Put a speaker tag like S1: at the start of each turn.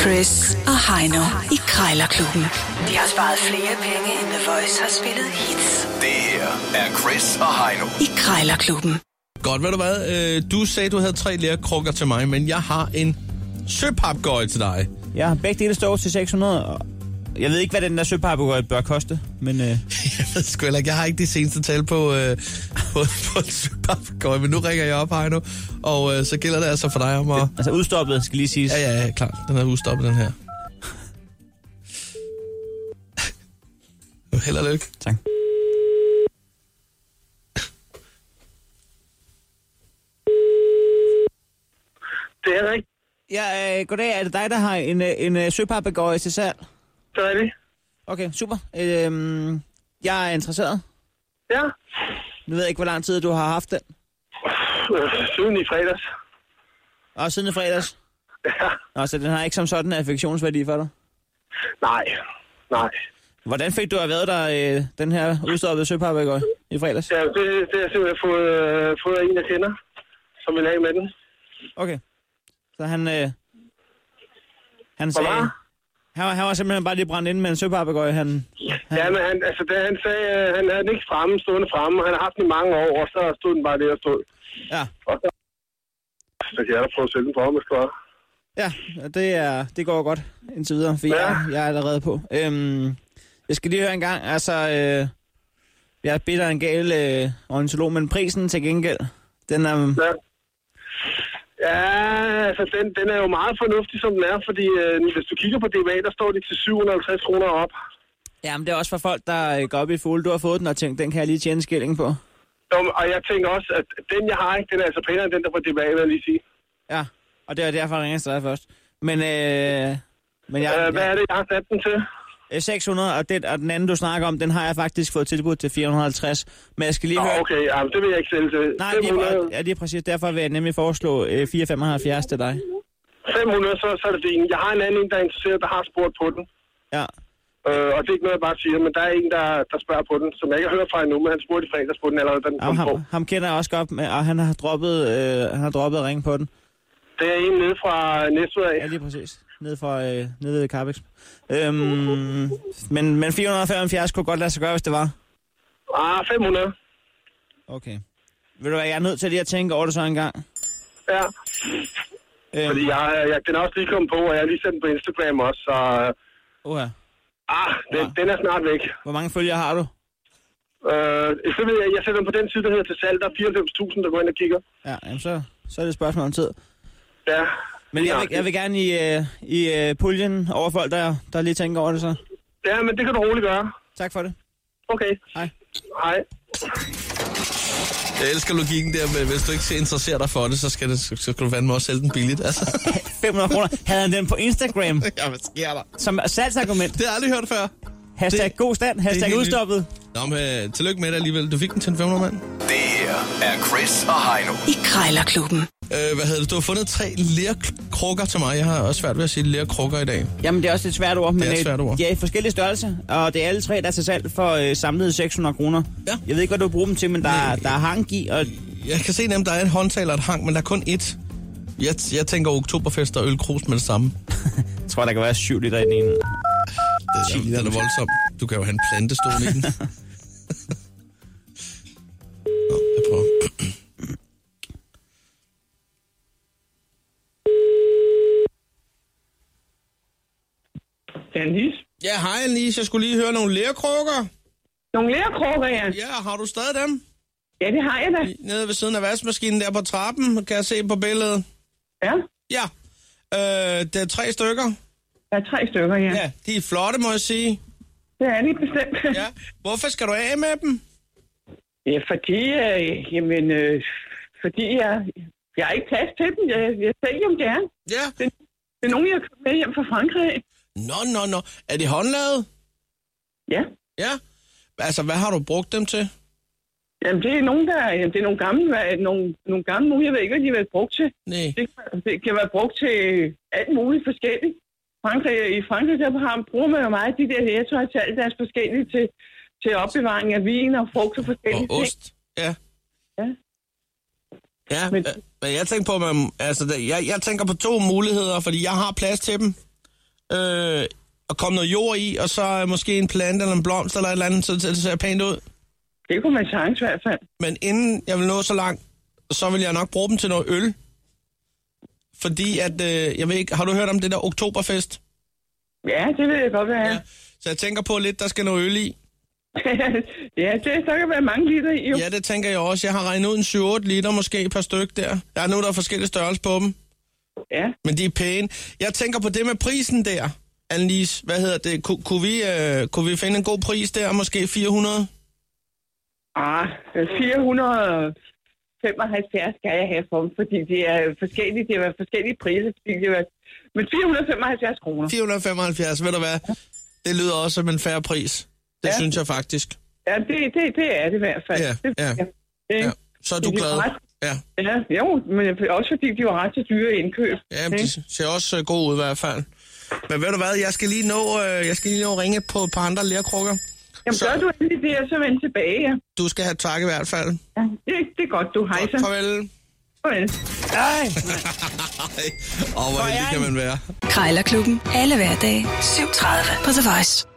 S1: Chris og Heino i Krejlerklubben. De har sparet flere penge, end The Voice har spillet hits
S2: Det her er Chris og Heino.
S1: i Krejlerklubben.
S3: Godt, ved du hvad? Øh, Du sagde, du havde tre lærkrukker til mig, men jeg har en søpapgøj til dig.
S4: Ja, begge dele står til 600. og Jeg ved ikke, hvad den der søpapegøje bør koste, men øh,
S3: Jeg ved sgu heller ikke, jeg har ikke de seneste tal på, øh, på, på en søpapgøj, men nu ringer jeg op, Heino, og øh, så gælder det altså for dig om at...
S4: altså udstoppet skal lige siges.
S3: Ja, ja, ja, klart. Den er udstoppet, den her. Nu Held og lykke.
S4: Tak.
S5: Det er rigtigt.
S4: Ja, øh, goddag. Er det dig, der har en, øh, en øh, søpapegøje til salg?
S5: Det er det.
S4: Okay, super. Øh, jeg er interesseret.
S5: Ja.
S4: Nu ved jeg ikke, hvor lang tid du har haft den.
S5: Øh, Siden i fredags.
S4: Og siden i fredags.
S5: Ja.
S4: Nå, så den har ikke som sådan en affektionsværdi for dig.
S5: Nej. Nej.
S4: Hvordan fik du at været der, øh, den her udstoppede søpapegøje i fredags?
S5: Ja, det, det har jeg simpelthen fået, øh, fået af en af kender, som vil have med den.
S4: Okay. Så han... Øh, han sagde...
S5: meget?
S4: Han var, han var simpelthen bare lige brændt ind med en søpapegøje. Han, han,
S5: Ja, men han, altså, da han sagde, øh, han havde den ikke fremme, stående fremme, og han har haft den i mange år, og så stod den bare der og stod.
S4: ja,
S5: Og så, så kan jeg da prøve at sælge den på ham, hvis du har.
S4: ja og det, er, det går godt indtil videre, for ja.
S5: Ja.
S4: jeg, jeg er allerede på. Øhm, jeg skal lige høre en gang, altså... Øh, jeg er bitter en gal øh, orientolog, men prisen til gengæld, den er...
S5: Ja. Ja, altså den, den er jo meget fornuftig, som den er, fordi øh, hvis du kigger på DBA, der står de til 750 kroner op.
S4: Jamen, det er også for folk, der øh, går op i fugle. Du har fået den og tænkt, den kan jeg lige tjene en skilling på.
S5: Jo, Og jeg tænker også, at den jeg har, ikke, den er altså pænere end den, der er på DBA, vil jeg lige sige.
S4: Ja, og det er derfor, jeg ringer til dig først. Men, øh, men jeg,
S5: Ja, øh, hvad er det, jeg har sat den til?
S4: Øh, 600, og, det, og den anden, du snakker om, den har jeg faktisk fået tilbudt til 450. Men jeg skal lige
S5: Nå,
S4: høre...
S5: okay, ja, det vil jeg ikke sælge til.
S4: Nej, lige,
S5: 500,
S4: ja, lige præcis. Derfor vil jeg nemlig foreslå øh, 475 til dig.
S5: 500 så, så er det din. Jeg har en anden, en, der er interesseret, der har spurgt på den.
S4: Ja.
S5: Øh, og det er ikke noget, jeg bare siger, men der er en, der, der spørger på den, som jeg ikke har hørt fra endnu, men han spurgte i fredags på den allerede, da den
S4: Ham,
S5: kom på.
S4: ham, ham kender jeg også godt, men- og han har droppet, øh, han har droppet at ringe på den.
S5: Det er en nede fra Næstved af.
S4: Ja, lige præcis. Nede, fra, øh, nede ved Carbex. Øhm, men, men 475 kunne godt lade sig gøre, hvis det var.
S5: Ah, 500.
S4: Okay. Ved du hvad, jeg er nødt til lige at tænke over det så en gang.
S5: Ja,
S4: Øhm,
S5: fordi jeg, jeg, den er også lige kommet på, og jeg har lige sendt den på Instagram også, så...
S4: oha.
S5: Ah, den, den er snart væk.
S4: Hvor mange følgere har du?
S5: Øh, så ved jeg, jeg sætter den på den side, der hedder til salg. Der er 94.000, der går ind og kigger.
S4: Ja, jamen så, så er det et spørgsmål om tid.
S5: Ja.
S4: Men jeg vil, jeg vil gerne i, øh, i øh, puljen over folk, der, der lige tænker over det så.
S5: Ja, men det kan du roligt gøre.
S4: Tak for det.
S5: Okay.
S4: Hej.
S5: Hej.
S3: Jeg elsker logikken der med, hvis du ikke interesserer dig for det, så skal, det, så skal du fandme også sælge den billigt, altså.
S4: 500 kroner. Havde han den på Instagram
S3: Ja, hvad sker der?
S4: som salgsargument.
S3: Det har jeg aldrig hørt før.
S4: Hashtag
S3: Det-
S4: god stand.
S3: det er
S4: Hashtag
S3: helt
S4: udstoppet.
S3: Nå, men øh, tillykke med det alligevel. Du fik den til en 500 mand.
S2: Det her er Chris og Heino.
S1: I Krejlerklubben.
S3: Øh, hvad hedder det? Du har fundet tre lærkrukker til mig. Jeg har også svært ved at sige lærkrukker i dag.
S4: Jamen, det er også et svært ord, men
S3: Det er et
S4: øh,
S3: svært ord.
S4: de er i forskellige størrelser, og det er alle tre, der er til salg for øh, samlet 600 kroner.
S3: Ja.
S4: Jeg ved ikke, hvad du bruger dem til, men der, er- der er hang i, og
S3: Jeg kan se nemt, der er et håndtag eller et hang, men der er kun ét. Jeg, jeg tænker oktoberfest og ølkrus med det samme.
S4: jeg tror, der kan være 7 liter i den ene.
S3: Det er, den er voldsom. Du kan jo have en plante stående i den. Nå, jeg prøver.
S5: Dennis.
S3: Ja, hej Anise. Jeg skulle lige høre nogle lærkrukker.
S5: Nogle lærkrukker, ja.
S3: Ja, har du stadig dem?
S5: Ja, det har jeg da.
S3: Nede ved siden af vaskemaskinen der på trappen, kan jeg se på billedet.
S5: Ja,
S3: Ja, øh, det er tre stykker.
S5: der er tre stykker, ja. ja.
S3: Ja, de er flotte, må jeg sige.
S5: Det er de bestemt.
S3: Ja. Hvorfor skal du af med dem?
S5: ja fordi, øh, jamen, øh, fordi jeg, jeg har ikke plads til dem. Jeg, jeg sælger dem gerne.
S3: Ja.
S5: Det er nogen, jeg har købt med hjem fra Frankrig.
S3: Nå, nå, nå. Er de håndlavet?
S5: Ja.
S3: Ja. Altså, hvad har du brugt dem til?
S5: Jamen, det er nogen, der, jamen, det er nogle gamle, hvad- nogle, nogle gamle nogen, jeg ved ikke, hvad de har været brugt til.
S3: Nej.
S5: Det, kan- det kan være brugt til alt muligt forskelligt. Frankrig, I Frankrig der har, bruger man jo meget de der læretøj til alt deres forskellige til, til opbevaring af vin og frugt og
S3: Og
S5: forskellige ting.
S3: ost. Ja.
S5: Ja.
S3: Ja, øh, men,
S5: Men-
S3: øhm, men jeg tænker på, man, altså, det- jeg, jeg tænker på to muligheder, fordi jeg har plads til dem. øh, og komme noget jord i, og så øh, måske en plante eller en blomst eller et eller andet, så det, det ser pænt ud.
S6: Det kunne man sagtens i hvert fald.
S3: Men inden jeg vil nå så langt, så vil jeg nok bruge dem til noget øl. Fordi at, øh, jeg ved ikke, har du hørt om det der oktoberfest?
S6: Ja, det ved jeg godt, hvad jeg er.
S3: Så jeg tænker på lidt, der skal noget øl i.
S6: ja, det, der kan være mange liter i. Jo.
S3: Ja, det tænker jeg også. Jeg har regnet ud en 7-8 liter, måske et par styk der. Der er nu, der er forskellige størrelser på dem,
S6: Ja.
S3: men de er pæne. Jeg tænker på det med prisen der, Annelise. Hvad hedder det? Ku, kunne, vi, øh, kunne vi finde en god pris der? Måske 400?
S6: Ah, 475 skal jeg have for dem, fordi det er forskellige, det er forskellige priser. Fordi det er, men 475 kroner.
S3: 475, ved du hvad? Det lyder også som en færre pris. Det ja.
S6: Ja.
S3: synes jeg faktisk.
S6: Ja, det, det, det er det i hvert fald.
S3: Ja,
S6: det,
S3: ja.
S6: Ikke?
S3: Ja. Så er du
S6: Men de er
S3: glad.
S6: ret-
S3: Ja,
S6: Ja, jo, men også fordi de var ret så dyre indkøb.
S3: ja
S6: ikke?
S3: de ser også øh, gode ud i hvert fald. Men ved du hvad, jeg skal lige nå, øh, jeg skal lige nå at ringe på et par andre lærkrukker.
S6: Jamen,
S3: så-
S6: så... gør du endelig det, og så vend tilbage. Ja.
S3: Du skal have tak i hvert fald.
S6: Ja, det, det er godt, du hejser.
S3: Farvel.
S6: Farvel.
S7: Ej,
S8: Åh, hvor heldig kan man være.
S1: Krejlerklubben. Alle hverdage. 7.30 på The Voice.